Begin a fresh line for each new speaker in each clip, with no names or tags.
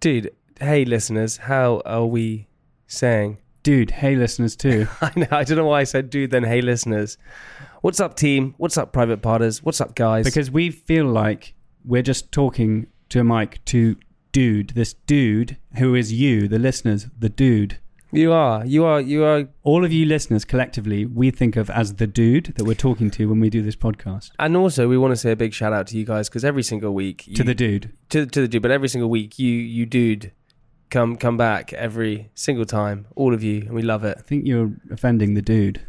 Dude, hey listeners, how are we saying?
Dude, hey listeners too.
I know, I don't know why I said dude then hey listeners. What's up team? What's up private partners? What's up guys?
because we feel like we're just talking to a mic to dude, this dude who is you, the listeners, the dude.
you are, you are, you are
All of you listeners collectively, we think of as the dude that we're talking to when we do this podcast.
and also we want to say a big shout out to you guys because every single week you,
To the dude.
to, to the dude, but every single week you you dude come come back every single time, all of you, and we love it.
I think you're offending the dude.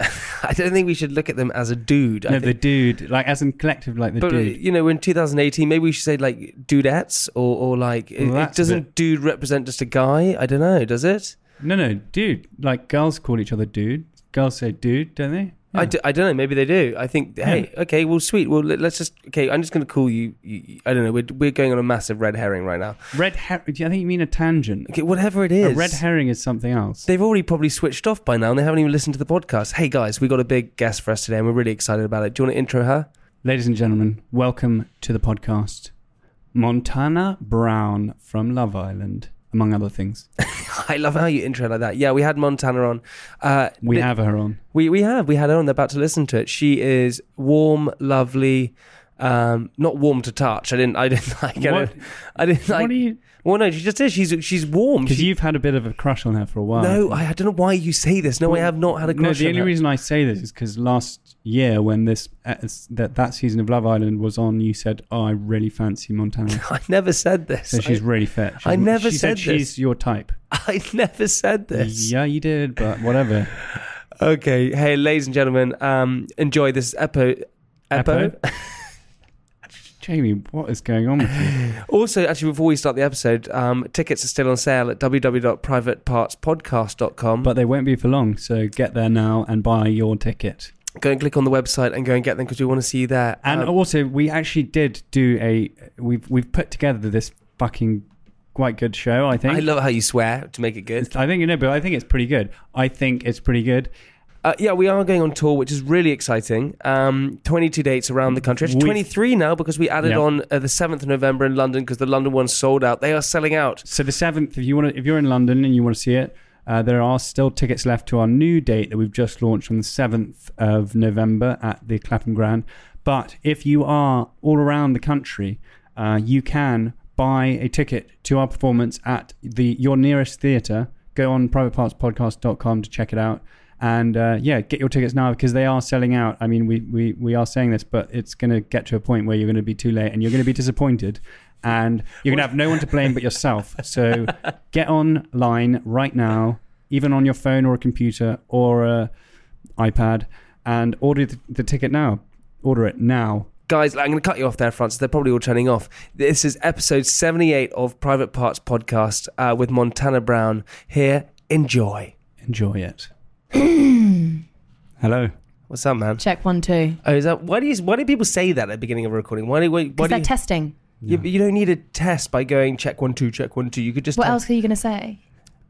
I don't think we should look at them as a dude. I
no, the
think,
dude, like as in collective, like the
but uh,
dude.
you know, we're in 2018, maybe we should say like dudettes or or like it-
Well,
it,
that's a
doesn't
bit-
dude represent just a guy? I don't know, does it?
No, no, dude. Like girls call each other dude. Girls say dude, don't they?
I, d- I don't know. Maybe they do. I think, hey, okay, well, sweet. Well, let, us just, okay, I'm just going to call you, you, you- I don't know, we're, we're going on a massive red herring right now.
Red her- I think you mean a tangent.
Okay, whatever it is.
A red herring is something else.
They've already probably switched off by now and they haven't even listened to the podcast. Hey, guys, we got a big guest for us today and we're really excited about it. Do you want to intro her?
Ladies and gentlemen, welcome to the podcast. Montana Brown from Love Island, among other things.
I love how you intro like that. Yeah, we had Montana on. Uh,
We
th-
have her on.
We, we have. We had her on. They're about to listen to it. She is warm, lovely. Um, not warm to touch. I didn't. I didn't like
What-
it. I didn't like.
what are you?
Well, no, she just is. She's she's warm.
Because
She-
you've had a bit of a crush on her for a while.
No, I, I don't know why you say this. No, I have not had a
No,
crush.
the
on
only
her.
reason I say this is because last year when this uh, that that season of Love Island was on, you said, "Oh, I really fancy Montana."
I never said this.
So she's
I,
really fit. She's,
I never
she
said
said
this.
she's your type.
I never said this.
Yeah, you did, but whatever.
Okay, hey, ladies and gentlemen, um, enjoy this epo. Epo.
Jamie, what is going on with you?
also, actually, before we start the episode, um, tickets are still on sale at www.privatepartspodcast.com.
But they won't be for long, so get there now and buy your ticket.
go and click on the website and go and get them because we want to see you there.
And
Um,
also, we actually did do a we've we've put together this fucking quite good show. I think.
I love how you swear to make it good.
I think you know, but I think it's pretty good. I think it's pretty good.
Uh, yeah, we are going on tour, which is really exciting. Um, 22 dates around the country. It's
We've-
23 now because we added
Yeah.
on uh, the 7th of November in London because the London one sold out. They are selling out.
So the seventh, if you want, to, if you're in London and you want to see it, uh, there are still tickets left to our new date that we've just launched on the seventh of November at the Clapham Grand. But if you are all around the country, uh, you can buy a ticket to our performance at the your nearest theatre. Go on privatepartspodcast.com to check it out. And uh, yeah, get your tickets now because they are selling out. I mean, we, we, we are saying this, but it's going to get to a point where you're going to be too late and you're going to be disappointed and you're going to have no one to blame but yourself. So get online right now, even on your phone or a computer or a iPad, and order the, the ticket now. Order it now.
Guys, I'm going to cut you off there, Francis. They're probably all turning off. This is episode 78 of Private Parts Podcast uh, with Montana Brown here. Enjoy.
Enjoy it. Hello.
What's up, man?
Check one, two.
Oh, is that why do you, why do people say that at the beginning of a recording? Why do why, why
Because
do
they're
you,
testing.
you, you don't need a test by going check one two check one two. You could just
What
tell-
else are you going to say?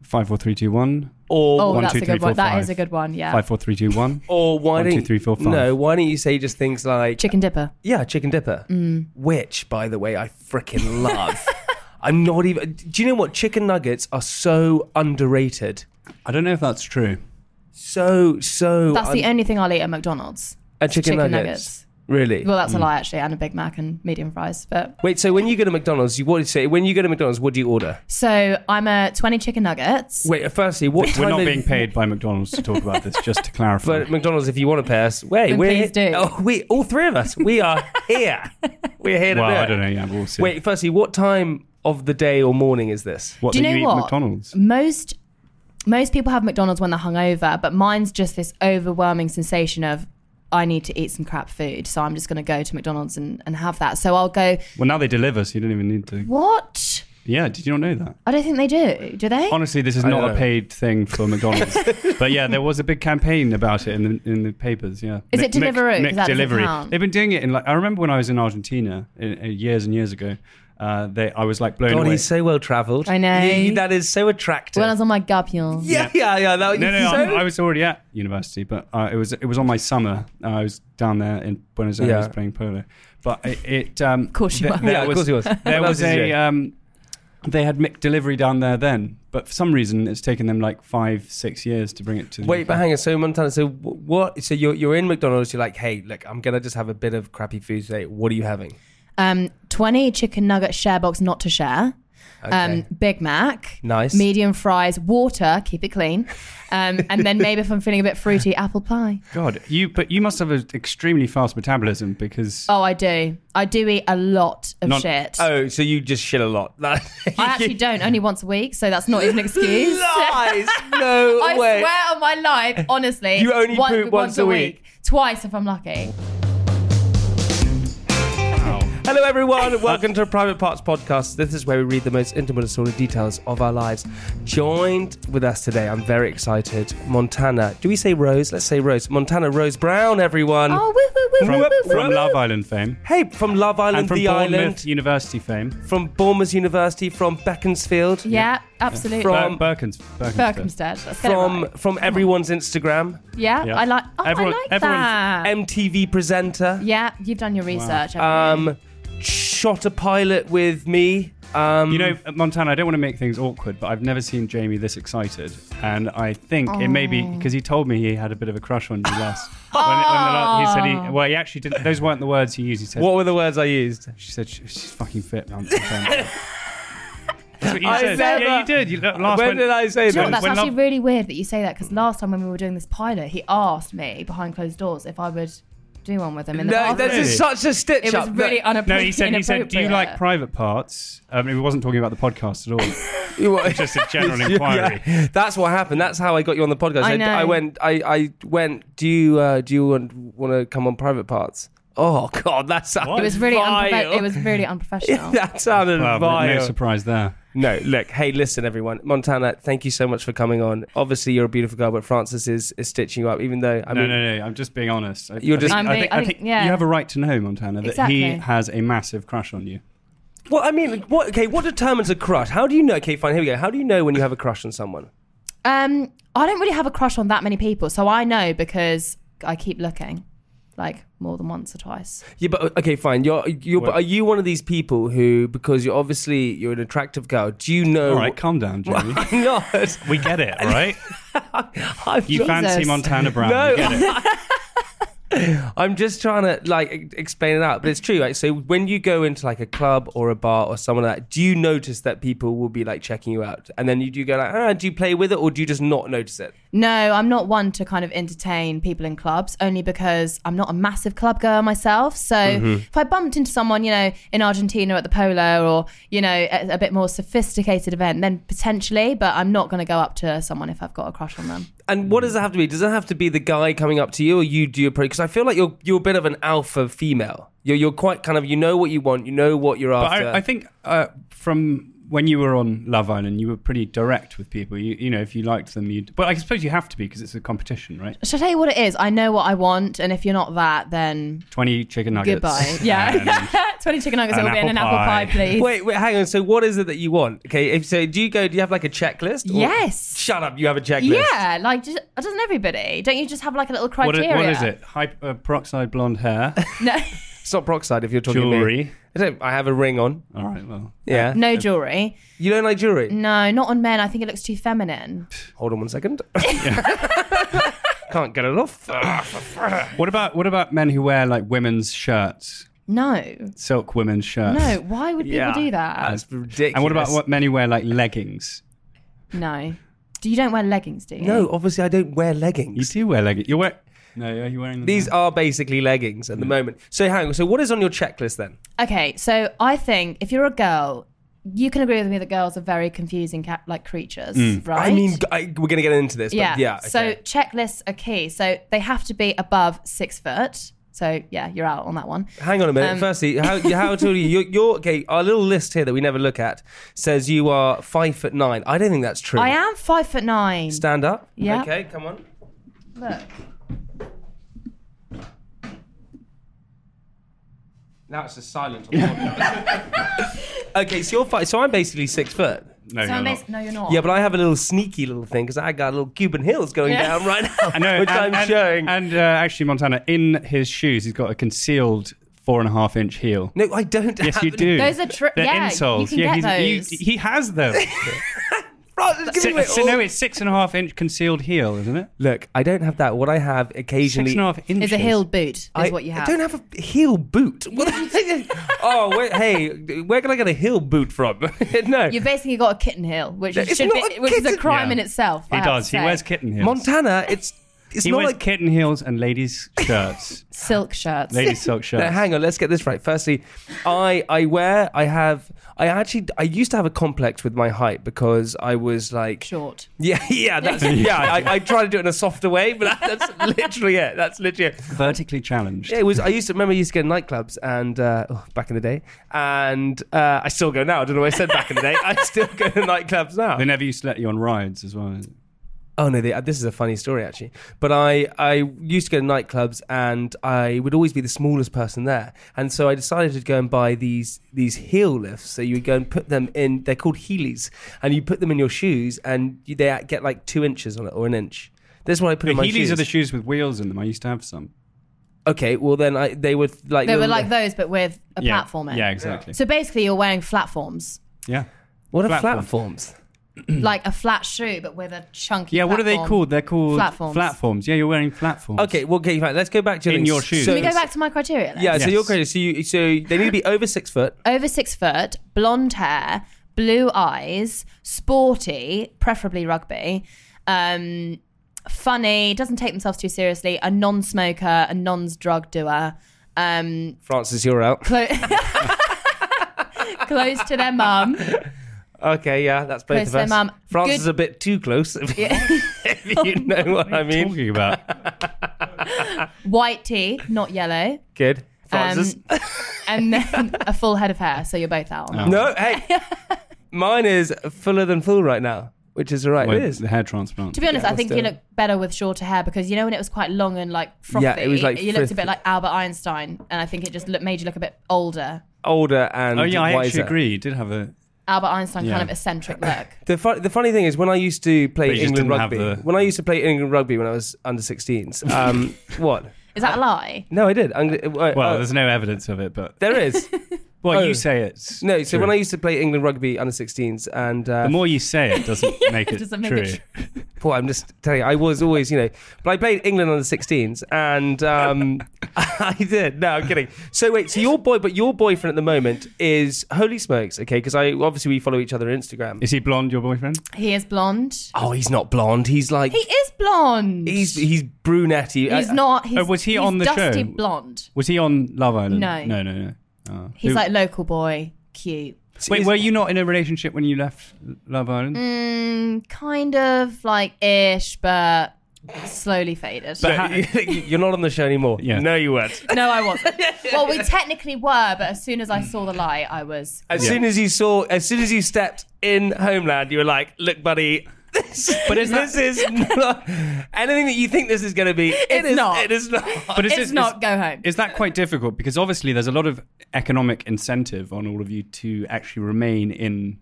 Five, four, three, two, one.
or
Oh,
One,
that's
two,
a
three,
good one.
four,
That
five.
is a good one. Yeah.
Five, four, three, two, one.
Or why
One,
don't
two,
you-
three, four, five.
No, why don't you say just things like
Chicken dipper.
yeah, chicken dipper,
Mm.
which by the way I freaking love. I'm not even. Do you know what chicken nuggets are so underrated?
I don't know if that's true.
So so.
That's the
un-
only thing I'll eat at McDonald's.
and chicken,
chicken
nuggets.
nuggets.
Really?
Well,
Mm.
that's a lie actually, and a Big Mac and medium fries. But
Wait. So when you go to McDonald's, you what do you say? When you go to McDonald's, what do you order?
so I'm a 20 chicken nuggets.
Wait. Firstly, what
We're
time?
not
of-
being paid by McDonald's to talk about this, just to clarify.
But McDonald's, if you want to pay us, wait,
Then
we're
please
here-
do.
Oh, we all three of us, we are here. We're here to
well,
do it.
I don't know. Yeah, we'll see.
Wait, firstly, what time of the day or morning is this?
what
Do
do
you
you,
know
eat
what?
McDonald's?
Most most people have McDonald's when they're hungover, but mine's just this overwhelming sensation of I need to eat some crap food, so I'm just going to go to McDonald's and, and have that. So I'll go,
Well, now they deliver, so you don't even need to.
what?
Yeah, did you not know that?
I don't think they do. Do they?
Honestly, this is
I
not
don't
a
know.
paid thing for McDonald's. but yeah, there was a big campaign about it in the, in the papers. Yeah,
Is it Deliveroo? 'Cause that doesn't
delivery.
count.
They've been doing it in like I remember when I was in Argentina in, uh, years and years ago. Uh, they I was like blown
God,
away.
he's so well travelled.
I know.
He- that is so attractive.
when I was on my gabion.
yeah, yeah, yeah. That,
no, no,
so,
I, I was already at university, but uh, it was it was on my summer. Uh, I was down there in Buenos Aires
Yeah.
playing polo, but it, it um, of
course you were.
yeah, of course he was.
there
What
was
else is
a
he?
um, they had Mick delivery down there then, but for some reason it's taken them like five, six years to bring it to. the
Wait,
UK.
but hang on. So Montana, so wh- what? So you're you're in McDonald's. You're like, hey, look, I'm gonna just have a bit of crappy food today. What are you having?
Um, 20 chicken nugget share box, not to share. Um, Big Mac.
Nice.
Medium fries, water, keep it clean. Um, and then maybe if I'm feeling a bit fruity, apple pie.
God, you but you must have an extremely fast metabolism because
Oh, I do. I do eat a lot of
Not-
shit.
Oh, so you just shit a lot. I
I actually don't, only once a week, so that's not even an excuse.
Lies. No
I
way.
swear on my life, honestly.
You only
one-
poop once a week.
Twice if I'm
Mm.
lucky.
Hello, everyone. Welcome to Private Parts Podcast. This is where we read the most intimate and sordid details of our lives. Joined with us today, I'm very excited. Montana. Do we say Rose? Let's say Rose. Montana Rose Brown, everyone.
Oh, woo, woo, woo,
from,
woo, woo,
from
woo.
Love Island fame
Hey, from Love Island,
and from
The
Bournemouth
Island,
University fame,
from Bournemouth University, from Beaconsfield,
Yeah, absolutely.
From-
From
um, Birkins, Birkins.
Berkhamsted. Let's get it
from
right.
from everyone's Instagram,
yeah,
Yeah.
I like. Oh,
Everyone-
I like
everyone's-
that.
MTV presenter,
yeah, you've done your research. haven't you?
um, shot a pilot with me. Um,
You know, uh, Montana, I don't want to make things awkward, but I've never seen Jamie this excited. And I think it may be
Oh.
because he told me he had a bit of a crush on you last. when, when the last he said he, well, he actually didn't, those weren't the words he used. He said,
Ah. what were the words I used?
She said she, she's fucking fit. Man. That's what you
I
said.
never-
yeah, you did. You, last
when did I say
Do you know what,
that?
that's
when
actually
love-
really weird that you say that because last time when we were doing this pilot, he asked me behind closed doors if I would do one with him in the
No,
bathroom.
this is such a stitch
it was
up.
really
No,
unappropriate.
he said. He said, "Do you like
inappropriate.
private parts?" I mean, he wasn't talking about the podcast at all. Just a general
Yeah,
inquiry.
That's what happened. That's how I got you on the podcast.
I
I,
know.
I went. I, I went. Do you uh, do you want, want to come on private parts? Oh God, that sounded.
What?
It was really, unprofe-
vile.
it was really unprofessional.
that sounded
Well, Uh, no
vile.
surprise there.
No, look, hey, listen, everyone. Montana, thank you so much for coming on. Obviously, you're a beautiful girl, but Francis is, is stitching you up, even though I
no,
mean,
no, no. I'm just being honest. I,
You're
I
just-
Think,
I'm
I
being-
think,
I
I
think-
think
yeah.
You have a right to know, Montana, that
Exactly.
he has a massive crush on you.
well, I mean, what? Okay, what determines a crush? How do you know? Okay, fine, here we go. How do you know when you have a crush on someone?
Um, I don't really have a crush on that many people, so I know because I keep looking, like more than once or twice.
Yeah, but okay, fine. You're, you're, but
What?
are you one of these people who, because you're obviously you're an attractive girl, do you know?
All right, calm down, Jamie.
I'm not.
we get it, right?
I'm
You
not-
fancy Montana Brown.
No.
We get it.
I'm just trying to like e- explain it out, but it's true. Like, so when you go into like a club or a bar or someone like that, do you notice that people will be like checking you out, and then you do go like, ah, do you play with it or do you just not notice it?
No, I'm not one to kind of entertain people in clubs, only because I'm not a massive club girl myself. So
Mm-hmm.
if I bumped into someone, you know, in Argentina at the polo or, you know, at a bit more sophisticated event, then potentially, but I'm not going to go up to someone if I've got a crush on them.
And what does it have to be? Does it have to be the guy coming up to you, or you do your Because I feel like you're you're a bit of an alpha female. You're you're quite kind of you know what you want, you know what you're
But
after.
I, I think uh, from when you were on Love Island, you were pretty direct with people. You, you know, if you liked them, you'd. But I suppose you have to be because it's a competition, right?
Should I tell you what it is? I know what I want, and if you're not that, then
20 chicken nuggets.
goodbye. Yeah. 20 chicken nuggets
an
it'll be and an
apple
apple pie,
pie.
please.
Wait, wait, hang on. So, what is it that you want? Okay, if so, do you go? Do you have like a checklist? or-
Yes.
Shut up. You have a checklist.
Yeah, like just, doesn't everybody? Don't you just have like a little
What,
criteria?
i- what is it? Hy- uh, peroxide blonde hair,
No,
It's not peroxide if you're talking to me.
jewelry.
I don't. I have a ring on.
All right, well.
Yeah.
no jewelry.
You don't like jewelry?
No, not on men. I think it looks too feminine.
Hold on one second. Can't get it off.
What about what about men who wear like women's shirts,
No,
silk women's shirts?
no. Why would people
Yeah,
do that?
That's ridiculous.
And what about what men who wear like leggings?
No, do you don't wear leggings? Do you?
No, obviously I don't wear leggings.
You do wear leggings. You wear. No, are you wearing them?
These are basically leggings
Mm.
at the moment. So hang on. So what is on your checklist then?
Okay, so I think if you're a girl, you can agree with me that girls are very confusing cat like creatures, right?
Mm. I mean, g- I, we're going to get into this,
yeah.
but yeah.
So
okay.
checklists are key. So they have to be above six foot. So yeah, you're out on that one.
Hang on a minute.
Um,
Firstly, how, how tall are you? You're, you're, okay, our little list here that we never look at says you are five foot nine. I don't think that's true.
I am five foot nine.
Stand up.
Yeah.
Okay, come on.
Look.
Now it's just silent on the podcast. okay, so you're five. So I'm basically six foot.
No,
So
you're
I'm
not.
basi- no, you're not.
Yeah, but I have a little sneaky little thing because I got little Cuban hills going
Yeah.
down right now,
I know,
which I'm
and- and-
showing.
And uh, actually, Montana, in his shoes, he's got a concealed four and a half inch heel.
no, I don't.
Yes,
have-
you do.
Those are tr-
They're
yeah, you
insoles.
can
yeah,
get
he's-
those.
You, he has them.
Right, just give me
so,
away
so
all-
no, it's six and a half inch concealed heel, isn't it?
Look, I don't have that. What I have occasionally
Six and a half inches.
Is a heeled boot is
I,
what you
I
have.
don't have a heel boot. What- oh, wait, hey, where can I get a heel boot from? no.
You've basically got a kitten heel, which
It's
is, should
not
be,
a
which is a
kitten-
crime
Yeah.
in itself.
He
I have to
does. He
say.
wears kitten heels.
Montana, it's it's
he
not
wears
like
kitten heels and ladies' shirts.
silk shirts.
ladies' silk
No,
shirts.
hang on, let's get this right. Firstly, I I wear I have I actually I used to have a complex with my height because I was like
Short.
Yeah, yeah, that's yeah. I, I try to do it in a softer way, but that, that's literally it. That's literally it.
Vertically challenged.
Yeah, it was. I used to remember I used to go to nightclubs and uh, oh, back in the day, and uh, I still go now. I don't know what I said back in the day. I still go to nightclubs now.
They never used to let you on rides as well.
Oh no, they, uh, this is a funny story actually. But I, I used to go to nightclubs and I would always be the smallest person there. And so I decided to go and buy these these heel lifts. So you would go and put them in. They're called heelys, and you put them in your shoes, and you, they get like two inches on it or an inch. This is what I put
The
in my
Heelys
shoes.
are the shoes with wheels in them. I used to have some.
okay, well then I, they were like
They were
little-
like those, but with a
yeah.
platform in.
Yeah, exactly.
So basically, you're wearing platforms,
Yeah.
what are
platform.
platforms?
like a flat shoe, but with a chunky.
Yeah, what are they
platform.
called? They're called
Platforms.
platforms. Yeah, you're wearing platforms.
Okay, well okay, fine. Let's go back to
In
things.
your shoes.
So,
Can we go back to my criteria? Then?
Yeah, so
Yes.
you're crazy. So you, so they need to be over six foot.
Over six foot, blonde hair, blue eyes, sporty, preferably rugby, um, funny, doesn't take themselves too seriously, a non-smoker, a non-drug doer, um,
Francis, you're out.
clo- close to their mum.
Okay, yeah, that's both
Close
of
to
us.
their mum.
France
Good-
is a bit too close, if, if you know what I mean.
Talking about
White tea, not yellow.
Good.
Um,
Francis.
and then a full head of hair, so you're both out on
Oh,
that.
no, hey, mine is fuller than full right now, which is all right.
with
it is.
the hair transplant.
To be honest,
Yeah,
I think
let's
you
do it.
look better with shorter hair because you know when it was quite long and like frothy.
Yeah, it was, like,
you looked
frith-
a bit like Albert Einstein, and I think it just look, made you look a bit older.
Older and
oh yeah, I
wiser.
actually agree. You did have a
Albert Einstein
Yeah.
kind of eccentric look.
The, fu- the funny thing is, when I used to
But
play
you just
England
didn't have
rugby,
the-
when I used to play England rugby when I was under 16s, um, what?
Is that a lie?
No, I did. I'm, uh,
well.
uh,
there's no evidence of it, but
there is.
well,
oh.
you say it's
No, so
true.
when I used to play England rugby under 16s, and uh,
the more you say it doesn't make it
doesn't make
true.
it
Boy, I'm just telling you, I was always, you know, but I played England under 16s and um, I did. No, I'm kidding. So wait, so your boy, but your boyfriend at the moment is holy smokes, okay? Because I obviously we follow each other on Instagram.
Is he blonde, your boyfriend?
He is blonde.
oh, he's not blonde. He's like
He is blonde.
he's he's Uh, brunette. He-
He's
I-
not. He's,
Oh, was he
he's
on the
dusty
show?
blonde.
Was he on Love Island?
No.
no, no, no. Oh.
He's
Who-
like local boy, cute.
wait,
is-
were you not in a relationship when you left Love Island?
Mm, kind of like ish, but slowly faded.
So you- you're not on the show anymore.
Yeah.
No, you weren't.
no, I wasn't. well, we technically were, but as soon as I saw the light, I was.
As
Yeah.
soon as you saw, as soon as you stepped in Homeland, you were like, "Look, buddy." This, but
is that-
this is not anything that you think this is going to be. It
It's
is
not.
It is not.
But is
It's
this-
not
is-
go home.
Is that quite difficult? Because obviously, there's a lot of economic incentive on all of you to actually remain in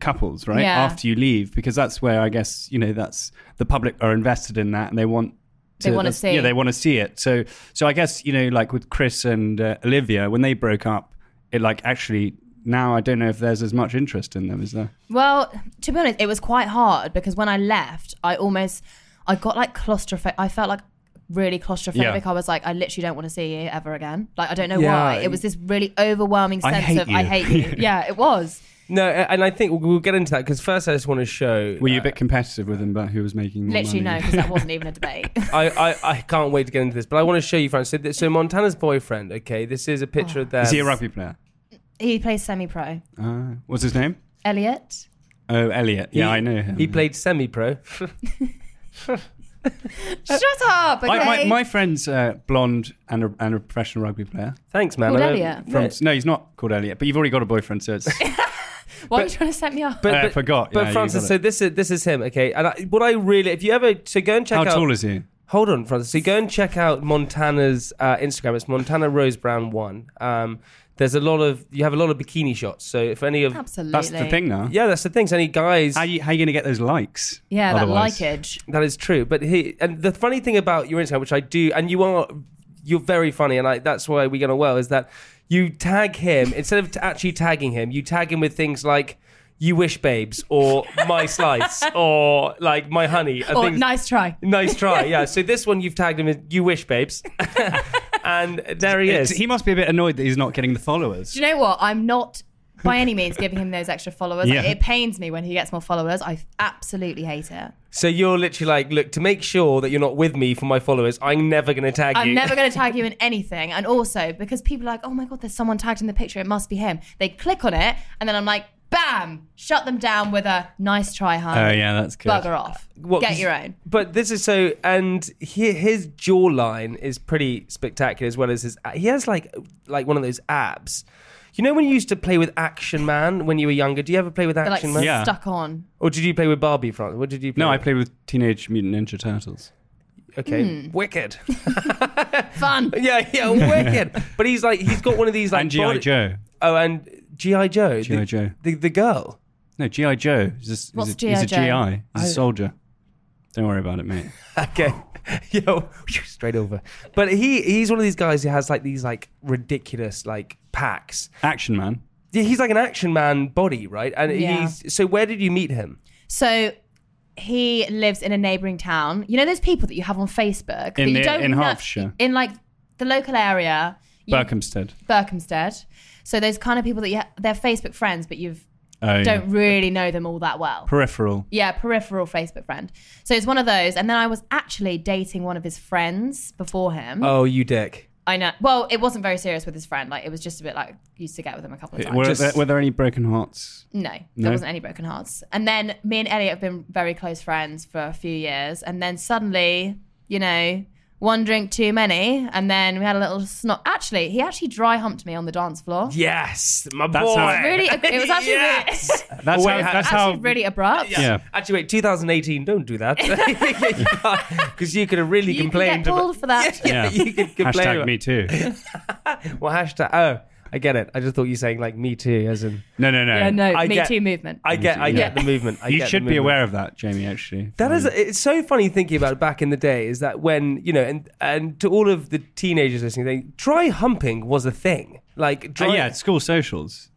couples, right?
Yeah.
After you leave, because that's where I guess you know that's the public are invested in that, and they want.
They wanna
that's-
see.
Yeah, they want to see it. So, so I guess you know, like with Chris and uh, Olivia, when they broke up, it like actually now I don't know if there's as much interest in them, is there?
Well, to be honest, it was quite hard because when I left, I almost, I got like claustrophobic. I felt like really claustrophobic.
Yeah.
I was like, I literally don't want to see you ever again. Like, I don't know
Yeah,
why.
you-
It was this really overwhelming
I
sense
hate
of, I
you.
hate you. yeah, it was.
No, a- and I think we'll- we'll get into that because first I just want to show.
Were you a bit competitive with them about who was making more
Literally, no,
money?
because that wasn't even a debate.
I, I, I can't wait to get
Oh.
into this, but I want to show you, Francis. So, th- so Montana's boyfriend, okay, this is a picture of their.
Is he a rugby player?
He plays semi-pro.
Uh, what's his name?
Elliot.
Oh, Elliot. Yeah,
He-
I know him.
He played semi-pro.
Shut up.
Uh,
Okay.
My, my, my friend's uh, blonde and a, and a professional rugby player.
Thanks, man.
Called
I know-
Elliot.
From, no, he's not called Elliot, but you've already got a boyfriend, so it's.
Why are you trying to set me up?
But,
I
but-
Uh, forgot.
But
Yeah, you
Francis,
got
so
it.
this is this is him, okay? And I, what I really, if you ever, so go and check
How
out.
tall is he?
Hold on, Francis. So go and check out Montana's uh, Instagram. It's Montana Rose Brown One. Um, there's a lot of you have a lot of bikini shots. So if any of
Absolutely.
That's the thing now.
yeah, that's the thing. So any guys,
How you, how you going to get those likes?
Yeah, that
otherwise?
likeage.
that is true. But he and the funny thing about your Instagram, which I do, and you are you're very funny, and I, that's why we get on well, is that you tag him instead of t- actually tagging him, you tag him with things like. You wish, babes, or my slice, or like my honey, and
Or
things-
Oh, nice try.
Nice try, yeah. So this one you've tagged him as "You Wish, Babes," and there he is.
It's- Uh, He must be a bit annoyed that he's not getting the followers.
Do you know what? I'm not by any means giving him those extra followers.
Yeah.
It pains me when he gets more followers. I absolutely hate it.
So you're literally like, look, to make sure that you're not with me for my followers, I'm never going to tag
I'm
you.
never going to tag you in anything. And also, because people are like, oh my God, there's someone tagged in the picture, it must be him. They click on it, and then I'm like, bam, shut them down with a nice try, hon.
Oh, yeah, that's good.
Bugger off.
Uh, What-
Get your own.
But this is so, and he, his jawline is pretty spectacular as well as his. He has like like one of those abs. You know when you used to play with Action Man when you were younger? Do you ever play with
They're like
Action Man?
Yeah.
stuck on.
Or did you play with Barbie, Frank? What did you play
No, I
with?
played with Teenage Mutant Ninja Turtles.
Okay.
Hmm.
Wicked.
Fun.
yeah, yeah, wicked. but he's like, he's got one of these like.
and G.I.
body-
Joe.
Oh, and GI Joe.
G.I.
the,
Joe.
The, the girl.
No, G.I. Joe. He's, just, he's
What's
a, he's a
G.I. Joe?
GI. He's a soldier. Don't worry about it, mate.
Okay. Yo, straight over. But he he's one of these guys who has like these like ridiculous like packs.
Action Man.
Yeah, he's like an action man body, right? And
Yeah.
he's so where did you meet him?
So he lives in a neighbouring town. You know those people that you have on Facebook? but
In
you
the-
don't
in
know-
Hertfordshire?
In like the local area. You,
Berkhamsted.
Berkhamsted. So those kind of people that you ha- they're Facebook friends, but you
Oh, yeah.
don't really know them all that well.
Peripheral.
yeah, peripheral Facebook friend. So it's one of those. And then I was actually dating one of his friends before him.
Oh, you dick.
I know. Well, it wasn't very serious with his friend. Like it was just a bit like used to get with him a couple of times.
Were,
just-
there, were there any broken hearts?
No, there
No?
wasn't any broken hearts. And then me and Elliot have been very close friends for a few years. And then suddenly, you know, one drink too many, and then we had a little snot. Actually, he actually dry humped me on the dance floor.
Yes, my
That's
boy.
how-
Really, it was actually
Yes.
really,
That's
Wait,
how.
ha-
That's
actually
how.
really abrupt.
yeah.
Actually, wait, 2018, don't do that. Because you could have really
You could get
complained about
pulled for that.
Yeah,
Yeah.
you could complain
Hashtag
about-
me too.
Well, hashtag. Oh, I get it. I just thought you were saying like me too, as in
No, no, no.
Yeah, no,
I
Me
get-
Too movement.
I get, I get the movement. I
You
get the
should be
movement.
aware of Mm. that, Jamie, actually.
That is, it's so funny thinking about it back in the day. Is that when you know, and and to all of the teenagers listening, they dry humping was a thing. Like,
Oh,
dry,
yeah, it's school socials.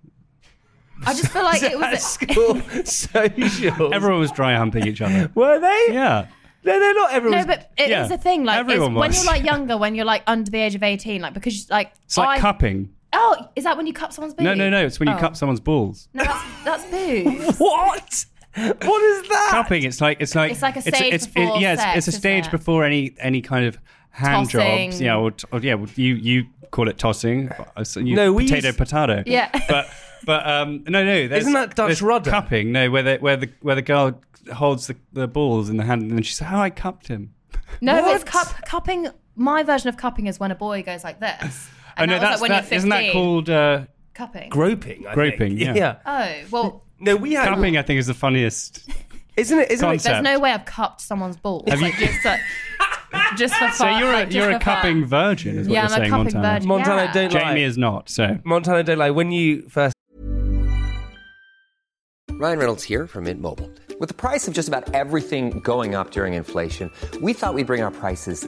I just feel like it
at
was.
school socials.
Everyone was dry humping each other.
were they?
Yeah.
no, no, not everyone.
No,
was-
but it is
yeah,
a thing. Like it's,
everyone
when
was.
you're like younger, when you're like under the age of eighteen, like because like
It's like
I-
cupping.
Oh, is that when you cup someone's boob?
No, no, no. It's when you
Oh.
cup someone's balls.
No, that's, that's boobs.
what? What is that?
Cupping. It's like it's like
It's like a stage before
yeah, it's,
sex,
it's a
isn't
stage
it?
before any any kind of hand
Tossing.
jobs. Yeah, or, t- or yeah, well, you you call it tossing. Uh, so you-
No, we
potato
used-
potato.
Yeah.
but but um no no. there's-
Isn't that Dutch
there's
rudder?
Cupping. No, where the where the where the girl holds the, the balls in the hand and then she says, "How I cupped him."
No, but it's
What?
cup cupping. My version of cupping is when a boy goes like this.
Oh no,
that was,
that's
like, when
that.
you're
Isn't that
15.
called uh,
cupping?
Groping. I
Groping,
think.
yeah.
oh well,
No, we had.
cupping? I think is the funniest.
Isn't it? Isn't
Concept.
it?
there's no way I've cupped someone's balls.
Have you-
like, just, like, just for fun.
So you're
like,
a,
just
you're a
for fun.
cupping virgin, is what
Yeah,
you're
I'm a
saying,
cupping
Montana.
virgin.
Montana,
Yeah.
don't lie.
Jamie is not. So
Montana, don't lie. When you first
Ryan Reynolds here from Mint Mobile. With the price of just about everything going up during inflation, we thought we'd bring our prices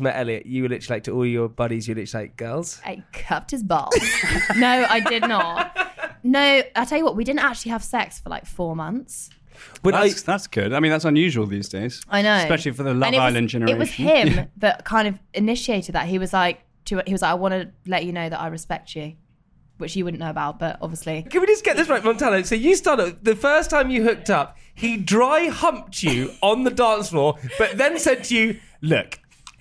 met Elliot, you were literally like to all your buddies, you were literally like girls.
I cupped his balls. no, I did not. No, I tell you what, we didn't actually have sex for like four months.
Would I,
That's, that's good. I mean, that's unusual these days.
I know,
Especially for the Love
And it was-
Island generation.
It was him that kind of initiated that. He was like, to, he was like, I want to let you know that I respect you, which you wouldn't know about, but obviously,
can we just get this right, Montana? So you started the first time you hooked up, he dry humped you on the dance floor, but then said to you, "Look,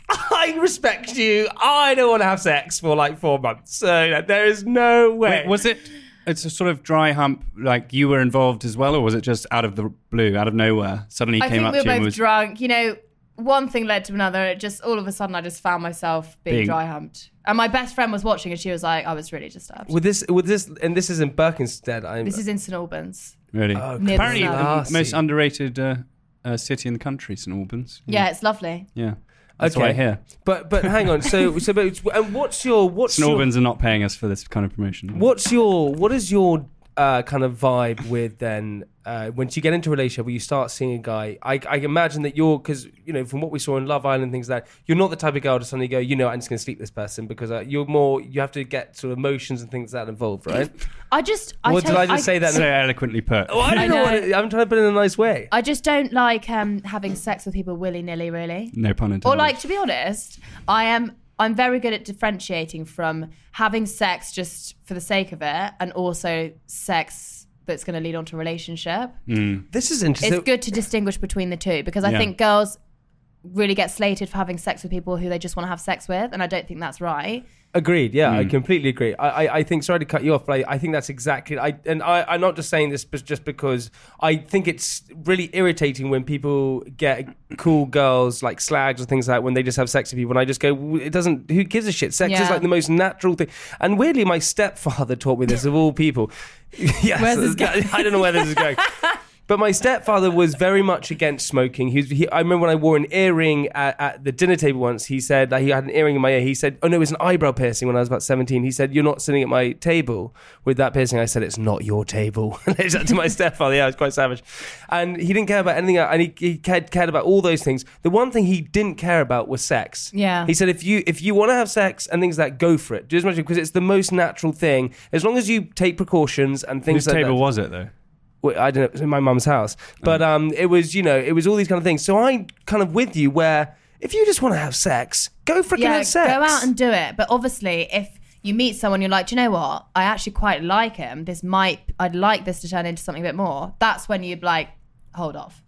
I respect you. I don't want to have sex for like four months, so there is no way."
Wait, was it? It's a sort of dry hump. Like you were involved as well, or was it just out of the blue, out of nowhere? Suddenly he
I
came
think
up
we were
to you and
both
was
drunk. You know, one thing led to another. It just all of a sudden, I just found myself being,
Being-
dry humped, and my best friend was watching, and she was like, I was really disturbed.
Would this? Would this? And this is in Berkinstead. I'm.
this is in St Albans.
really
Oh,
Near the
apparently the
uh,
south.
m- most underrated uh, uh, city in the country, St Albans.
Yeah, it's lovely.
yeah. That's
Okay.
what I hear.
But but hang on. So so but it's- and what's your what's
St
your,
Albans are not paying us for this kind of promotion.
what's your what is your uh, kind of vibe with then uh, once you get into a relationship where you start seeing a guy I, I imagine that you're because you know from what we saw in Love Island things like that you're not the type of girl to suddenly go you know I'm just going to sleep this person because uh, you're more you have to get sort of emotions and things that involved right
I just, I,
or did
take-
I just say that
So eloquently put.
Oh, I don't
I
know, what
know.
it- I'm trying to put it in a nice way
I just don't like um, having sex with people willy nilly, really.
No pun intended.
Or like to be honest, I am I'm very good at differentiating from having sex just for the sake of it and also sex that's going to lead on to a relationship.
this is interesting
It's good to distinguish between the two because I
Yeah.
think girls really get slated for having sex with people who they just want to have sex with and I don't think that's right.
Agreed. Yeah, I completely agree. I, I, I think sorry to cut you off, but I, I think that's exactly. I and I, I'm not just saying this, but just because I think it's really irritating when people get cool girls like slags or things like that when they just have sex with people, and I just go, "W- it doesn't. Who gives a shit? Sex is
Yeah.
like the most natural thing. And weirdly, my stepfather taught me this of all people. yes,
Where's this going?
I don't know where this is going. But my stepfather was very much against smoking. He was, he, I remember when I wore an earring at, at the dinner table once. He said that he had an earring in my ear. He said, "Oh no, it's an eyebrow piercing." When I was about seventeen, he said, "You're not sitting at my table with that piercing." I said, "It's not your table." And I said to my stepfather, yeah, I was quite savage, and he didn't care about anything. else, And he, he cared, cared about all those things. The one thing he didn't care about was sex.
Yeah.
he said, "If you if you want to have sex and things like that, go for it. Do as much because it's the most natural thing. As long as you take precautions and things
Whose
like
table
that."
was it though?
well, I don't know, it was in my mum's house.
Mm.
But um, it was, you know, it was all these kind of things. So I'm kind of with you where if you just want to have sex, go freaking
yeah,
have sex.
go out and do it. But obviously, if you meet someone, you're like, do you know what? I actually quite like him. This might, I'd like this to turn into something a bit more. That's when you'd like, hold off.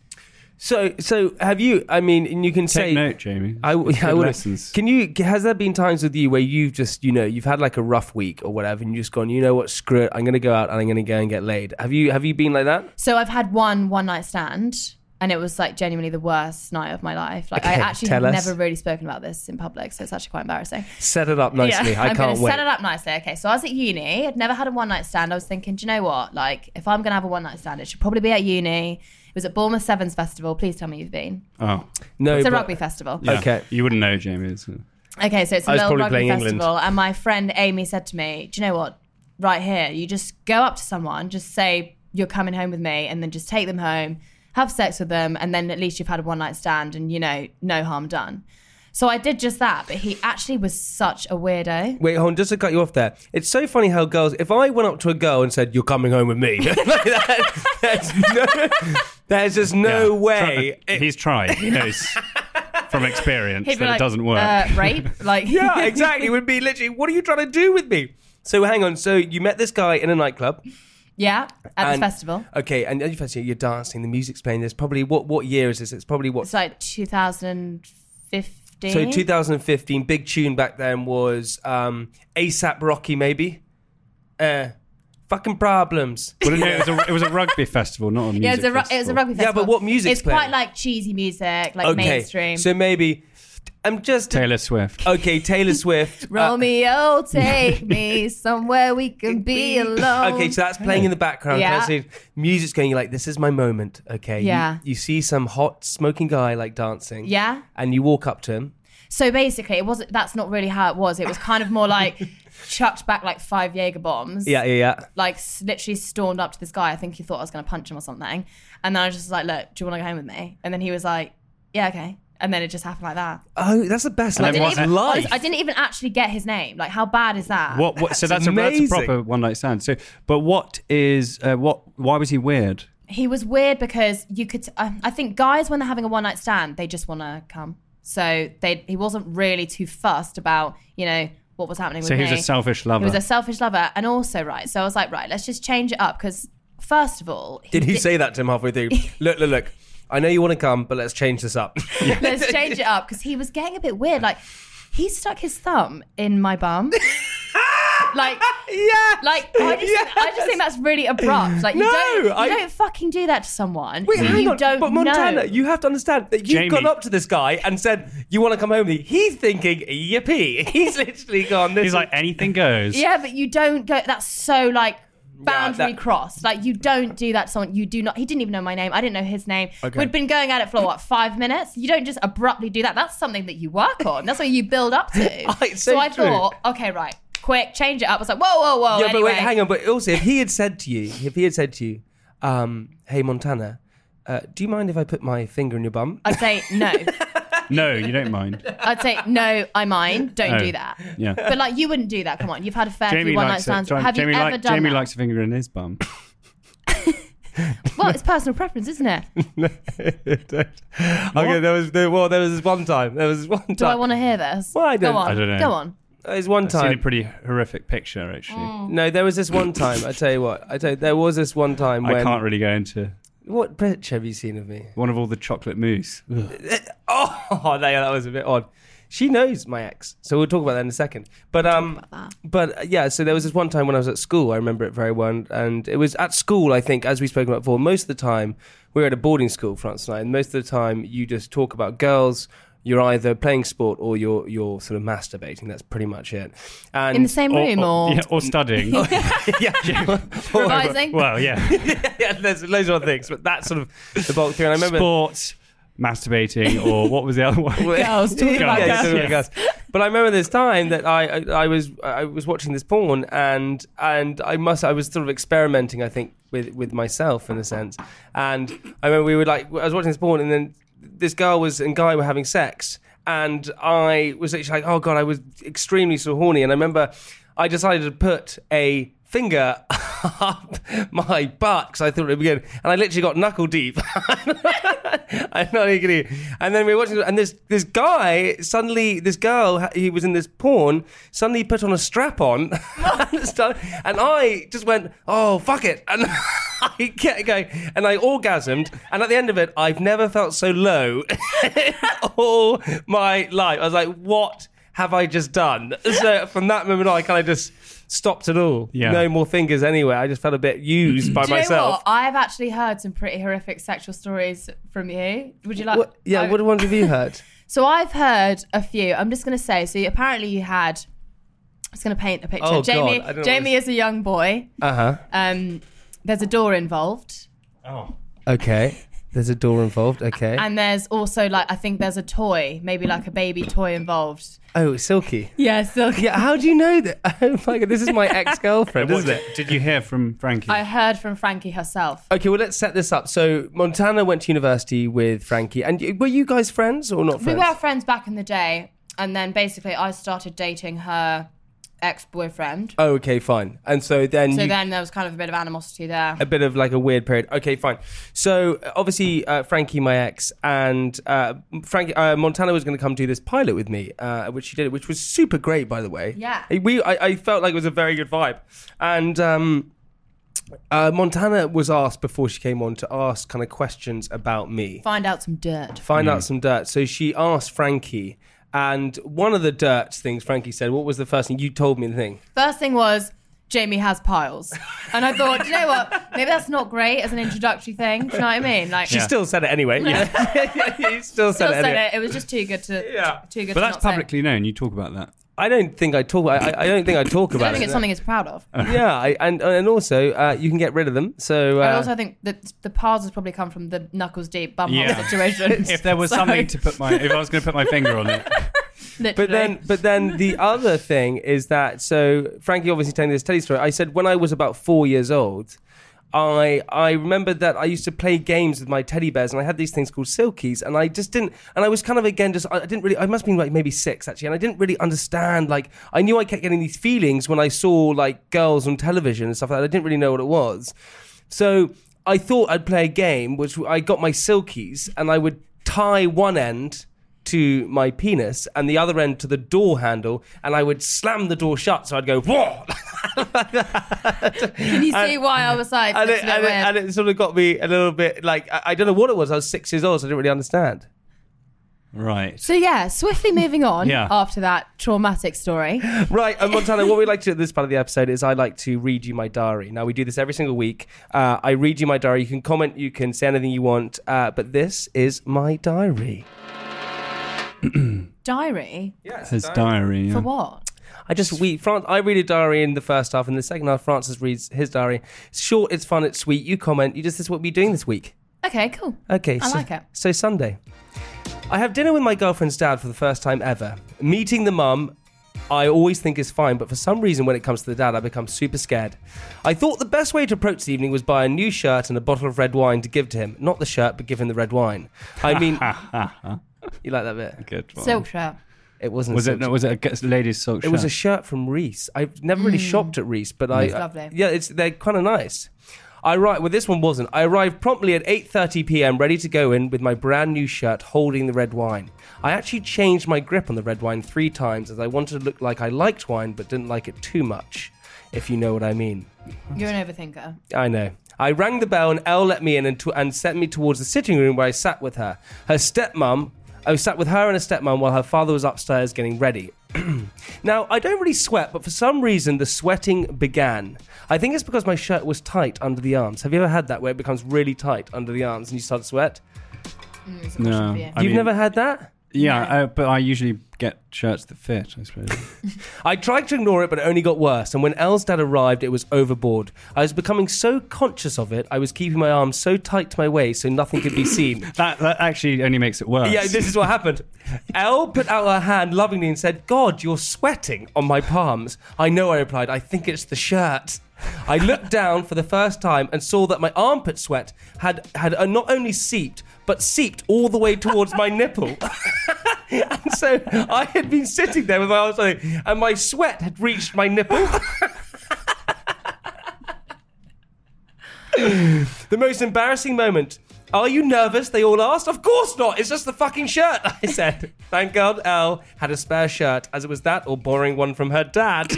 so, so have you, I mean, and you can
Take
say.
note, Jamie.
I, w-
Good
I would.
lessons.
Can you? Has there been times with you where you've just, you know, you've had like a rough week or whatever, and you've just gone, you know what, screw it, I'm going to go out and I'm going to go and get laid. Have you? Have you been like that?
So I've had one one night stand, and it was like genuinely the worst night of my life. Like I
Okay,
actually
tell
have
us.
never really spoken about this in public, so it's actually quite embarrassing.
Set it up nicely. I
I'm
can't
gonna
wait.
set it up nicely. Okay, so I was at uni. I'd never had a one night stand. I was thinking, do you know what? Like, if I'm gonna have a one night stand, it should probably be at uni. It was at Bournemouth Sevens Festival. Please tell me you've been.
Oh,
No,
It's a
but-
rugby festival.
yeah.
Okay.
You wouldn't know, Jamie. It's, uh,
Okay, so it's a
I was
little
probably
rugby
playing
festival,
England.
and my friend Amy said to me, "Do you know what? Right here, you just go up to someone, just say you're coming home with me, and then just take them home, have sex with them, and then at least you've had a one night stand, and you know, no harm done." So I did just that, but he actually was such a weirdo.
Wait, hold on, just to cut you off there. It's so funny how girls. If I went up to a girl and said, "You're coming home with me," like that, there's, no, there's just no
yeah.
way.
Try-
It-
he's tried. He knows from experience
He'd
that
be
it
like,
doesn't work.
Uh, rape, like
yeah, exactly. It would be literally, what are you trying to do with me? So hang on. So you met this guy in a nightclub.
yeah, at
and,
this festival.
Okay, and at the festival you're dancing. The music's playing. There's probably what what year is this? It's probably what.
It's like 2015.
so 2015. Big tune back then was um, ASAP Rocky, maybe. Uh, fucking problems.
Well, no, it, was a, it was a rugby festival, not a music
Yeah, it was, a, ru-
festival.
it was a rugby
Yeah, but
festival.
what music's
It's
playing?
quite like cheesy music, like mainstream.
So maybe I'm just
Taylor Swift.
okay. Taylor Swift. uh,
Romeo, take me somewhere we can be alone.
Okay, so that's playing in the background.
Yeah.
That's- Music's going. You're like, this is my moment. Okay. You-
Yeah.
You, see some hot smoking guy like dancing.
Yeah.
And you walk up to him.
so basically, it wasn't. That's not really how it was. It was kind of more like chucked back like five Jaeger bombs.
Yeah, yeah, yeah.
Like s- literally stormed up to this guy. I think he thought I was going to punch him or something. And then I was just like, "Look, do you want to go home with me?" And then he was like, "Yeah, okay." And then it just happened like that.
Oh, that's the best.
then
Like,
Didn't
what-
that's
even,
life.
I didn't even actually get his name. Like, how bad is that?
What, what, so
That's
that's a, that's a
amazing.
proper one night stand. So, but what is uh, what? Why was he weird?
he was weird because you could. um, I I think guys, when they're having a one night stand, they just want to come. So they he wasn't really too fussed about you know what was happening.
So
with
he was
me.
a selfish lover.
He was a selfish lover, and also right. So I was like, right, let's just change it up because first of all, he
Did he
di-
say that to him halfway through? look, look, look. I know you want to come, but let's change this up.
let's change it up because he was getting a bit weird. Like he stuck his thumb in my bum. like
yeah.
like I just,
Yes.
I just think that's really abrupt. Like you
No,
don't you
I-
don't fucking do that to someone.
Wait,
you
hang on.
don't
but Montana,
know.
you have to understand that you've
Jamie.
gone up to this guy and said, You want to come home with me? He's thinking, Yippee. He's literally gone this.
He's like, anything goes.
Yeah, but you don't go. That's so like boundary
that-
crossed. Like you don't do that to someone. You do not. He didn't even know my name. I didn't know his name. We'd been going at it for what five minutes. You don't just abruptly do that. That's something that you work on. That's what you build up to.
It's so
I
true.
thought, okay, right, quick, change it up. I was like, whoa, whoa, whoa.
yeah,
anyway.
but wait, hang on. But also, if he had said to you, if he had said to you, um, Hey, Montana, uh, do you mind if I put my finger in your bum?
I'd say no.
No, you don't mind.
I'd say no. I mind. Don't
No.
do that.
Yeah.
But like, you wouldn't do that. Come on, you've had a fair
Jamie
few one night
likes it.
stands.
Jamie,
Have you ever
like-
done
Jamie
that?
likes a finger in his bum.
well, it's personal preference, isn't it?
okay, there was there, well, there was this one time. There was this one time.
Do I want to hear this?
Well, I don't-
Go on.
I don't know.
Go on.
There was one
Seen a
time.
pretty horrific picture, actually.
Mm.
no, there was this one time. I tell you what. I tell you, there was this one time when.
I can't really go into
What picture have you seen of me?
one of all the chocolate mousse.
Oh, that, that was a bit odd. She knows my ex, so we'll talk about that in a second. But um, but uh, yeah, so there was this one time when I was at school. I remember it very well, and, and it was at school. I think, as we spoke about before, most of the time we were at a boarding school, France and I, and most of the time you just talk about girls. You're either playing sport or you're you're sort of masturbating. That's pretty much it. And
In the same room or,
yeah, or studying.
yeah,
revising?
well, yeah.
yeah, there's loads of other things, but that's sort of the bulk thing. And I remember
Sports, masturbating, or what was the other one?
girls,
talking about girls.
But I remember this time that I, I I was I was watching this porn and and I must I was sort of experimenting I think with with myself in a sense. And I remember we were like I was watching this porn and then this girl was and guy were having sex and I was literally like oh god I was extremely so horny and I remember I decided to put a finger up my butt because I thought it would be good and I literally got knuckle deep I'm not even kidding. And then we were watching, and this this guy suddenly, this girl, he was in this porn, suddenly put on a strap on, and, started, and I just went, oh fuck it, and I kept going, and I orgasmed, and at the end of it, I've never felt so low in all my life. I was like, what have I just done? So from that moment on, I kind of just stopped it all.
Yeah.
No more fingers anywhere. I just felt a bit used by
Do you know
myself.
what? I've actually heard some pretty horrific sexual stories from you. Would you like?
What- yeah,
I-
what ones have you heard?
So I've heard a few. I'm just going to say. So apparently you had. I'm just going to paint a picture.
Oh, God,
Jamie,
I don't know
Jamie
what
is a young boy.
Uh huh.
Um, there's a door involved,
Oh.
Okay. There's a door involved. Okay.
and there's also like I think there's a toy, maybe like a baby toy involved.
oh, silky.
Yeah, so
Yeah. How do you know that? Oh my god, this is my ex-girlfriend,
What
isn't
did,
it?
did you hear from Frankie?
I heard from Frankie herself.
Okay, well, let's set this up. So Montana went to university with Frankie, and y- were you guys friends or not
We
friends?
were friends back in the day, and then basically I started dating her ex-boyfriend.
Oh, okay, fine. And so then,
So
you,
then there was kind of a bit of animosity there.
a bit of like a weird period. Okay, fine. So uh, obviously, uh, Frankie, my ex, and uh, Frankie uh, Montana was going to come do this pilot with me, uh, which she did, which was super great, by the way.
Yeah.
we. I, I felt like it was a very good vibe, and. um Uh, Montana was asked before she came on to ask kind of questions about me,
Find out some dirt.
find out some dirt. So she asked Frankie, and one of the dirt things Frankie said, what was the first thing you told me? The thing,
First thing was Jamie has piles, and I thought, you know what? Maybe that's not great as an introductory thing. Do you know what I mean? Like
she still said it anyway. Yeah, you still said
still
it.
said
Anyway.
it. It was just too good to.
Yeah.
Too good.
but
to
that's
not say.
publicly known. You talk about that.
I don't think I talk. I, I- I don't think I talk
I
about
don't think
it.
it's something he's proud of.
yeah, I, and and also uh, you can get rid of them. So uh,
I also think that the piles has probably come from the knuckles deep bum hole
Yeah.
situation.
If there was
So,
something to put my, if I was going to put my finger on it,
literally.
But then, but then the other thing is that so Frankie obviously telling this Teddy story. I said when I was about four years old, I I remembered that I used to play games with my teddy bears, and I had these things called silkies, and I just didn't, and I was kind of again just I I didn't really. I must have been like maybe six actually, and I didn't really understand. Like I knew I kept getting these feelings when I saw like girls on television and stuff like that. I didn't really know what it was, so. I thought I'd play a game which I got my silkies and I would tie one end to my penis and the other end to the door handle and I would slam the door shut so I'd go whoa
Can you see why I was like,
and it,
that's a bit
and, it,
weird?
and it sort of got me a little bit like I, I don't know what it was I was six years old so I didn't really understand
Right.
So yeah, swiftly moving on
Yeah.
after that traumatic story.
Right, and Montana, what we like to do at this part of the episode is I like to read you my diary. Now, we do this every single week. Uh, I read you my diary. You can comment, you can say anything you want, uh, but this is my diary.
Diary
His diary. yeah.
for what?
I just we Fran I read a diary in the first half, and the second half, Francis reads his diary. It's short, it's fun, it's sweet. You comment. You just this is what we're doing this week.
Okay, cool.
Okay,
I
so,
like it.
So Sunday, I have dinner with my girlfriend's dad for the first time ever. Meeting the mum, I always think is fine, but for some reason, when it comes to the dad, I become super scared. I thought the best way to approach the evening was buy a new shirt and a bottle of red wine to give to him. Not the shirt, but give him the red wine. I mean, you like that bit?
Good one.
Silk shirt.
It wasn't. a
was it?
silk
No, was it a ladies' silk
it was a shirt from Reese. I've never really shopped at Reese, but I
It's lovely.
yeah, it's they're kind of nice. I right well this one wasn't. I arrived promptly at 8:30 p.m. ready to go in with my brand new shirt holding the red wine. I actually changed my grip on the red wine 3 times as I wanted to look like I liked wine but didn't like it too much, if you know what I mean.
You're an overthinker.
I know. I rang the bell and Elle let me in and, t- and sent me towards the sitting room where I sat with her. Her stepmom, I sat with her and her stepmom while her father was upstairs getting ready. now, I don't really sweat, but for some reason the sweating began. I think it's because my shirt was tight under the arms. Have you ever had that where it becomes really tight under the arms and you start to sweat?
It's an option
No,
for you.
I
You've
mean-
never had that?
Yeah, uh, but I usually get shirts that fit. I suppose.
I tried to ignore it, but it only got worse. And when Elle's dad arrived, it was overboard. I was becoming so conscious of it, I was keeping my arms so tight to my waist so nothing could be seen.
that that actually only makes it worse.
Yeah, this is what happened. Elle put out her hand lovingly and said, God, you're sweating on my palms. I know, I replied, I think it's the shirt. I looked down for the first time and saw that my armpit sweat had, had uh, not only seeped, but seeped all the way towards my nipple. and so I had been sitting there with my arms like, and my sweat had reached my nipple. The most embarrassing moment. Are you nervous? They all asked. Of course not. It's just the fucking shirt. I said. Thank God Elle had a spare shirt, as it was that or borrowing one from her dad.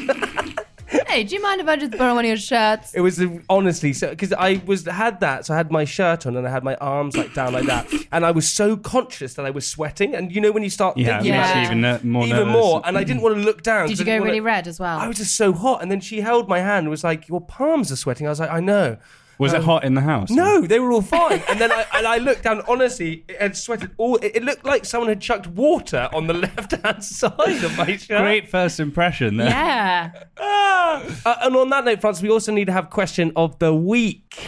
Hey, do you mind if I just borrow one of your shirts?
it was uh, honestly so because I was had that, so I had my shirt on and I had my arms like down like that, and I was so conscious that I was sweating. And you know when you start
yeah,
thinking
it makes
about
you
Yeah.
even ner- more.
it even
nervous.
more, and I didn't want to look down.
Did
'cause I
you go
didn't
really
wanna-
red as well?
I was just so hot, and then she held my hand and was like, "Your palms are sweating." I was like, "I know."
Was it hot in the house?
No, they were all fine. And then I, and I looked down. Honestly, it had sweated all. It, it looked like someone had chucked water on the left hand side of my shirt.
Great first impression. There.
yeah.
Ah! Uh, and on that note, Francis, we also need to have question of the week.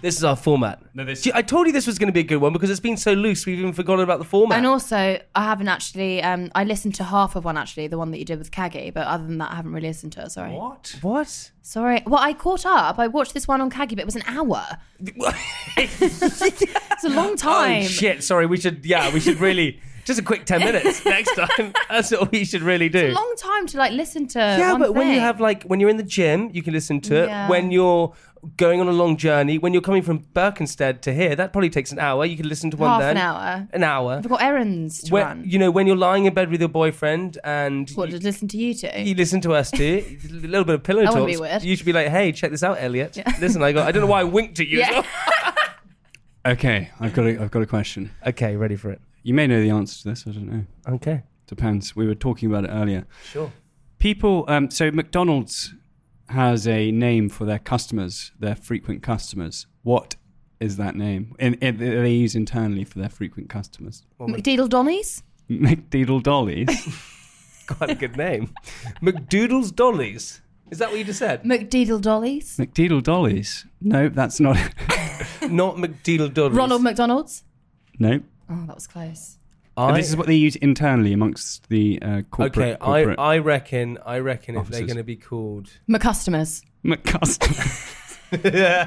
This is our format.
No, this-
Gee, I told you this was going to be a good one because it's been so loose. We've even forgotten about the format.
And also, I haven't actually. Um, I listened to half of one actually, the one that you did with Kagi, but other than that, I haven't really listened to it. Sorry.
what? What?
Sorry. Well, I caught up. I watched this one on Kagi, but it was an hour. It's a long time.
Oh shit! Sorry, we should. Yeah, we should really just a quick ten minutes next time. That's what we should really do.
It's a long time to like listen to.
Yeah,
Uh, one
but when you
thing.
have like when you're in the gym, you can listen to it.
Yeah.
When you're going on a long journey, when you're coming from Berkhamsted to here, that probably takes an hour. You can listen to one
half
then.
an hour,
An hour.
I've got errands to
When,
run.
you know, when you're lying in bed with your boyfriend and
what
you,
to listen to you two?
you listen to us too, a little bit of pillow
That
talk.
wouldn't be weird.
You should be like, "Hey, check this out, Elliot. Listen, I got. I don't know why I winked at you.
Yeah.
Okay, I've got a, I've got a question.
okay, ready for it?
You may know the answer to this. I don't know.
Okay,
Depends. We were talking about it earlier.
sure.
People. Um, so McDonald's has a name for their customers, their frequent customers. What is that name? And, and they- they use internally for their frequent customers.
McDeedle Donnies.
McDeedle Dollies.
Quite a good name. McDoodles Dollies. Is that what you just said?
McDeedle Dollies.
McDeedle Dollies. No, that's not.
Not McDoodle Dollies.
Ronald McDonald's.
no.
Oh, that was close.
I-
this is what they use internally amongst the uh, corporate.
Okay,
corporate
I, I reckon I reckon if they're
Officers.
going to be called.
McCustomers.
Oh.
McCustom.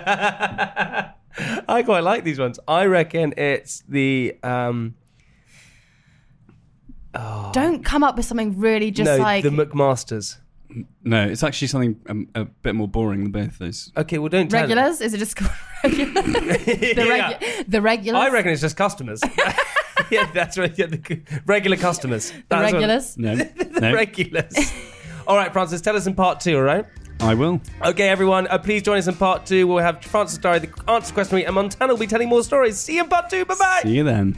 I quite like these ones. I reckon it's the um
Don't come up with something really just
no
like
the McMasters.
No, it's actually something um, a bit more boring than both of those.
Okay, well, don't tell them.
Regulars? Is it just called regulars? the, regu- the regulars?
I reckon it's just customers. yeah, that's right. Yeah, the c- regular customers.
the
That's what-
regulars?
No,
the
no,
regulars. all right, Francis, tell us in part two, all right?
I will.
Okay, everyone, uh, please join us in part two. We'll have Francis Diary, the answer question, and Montana will be telling more stories. See you in part two. Bye bye.
See you then.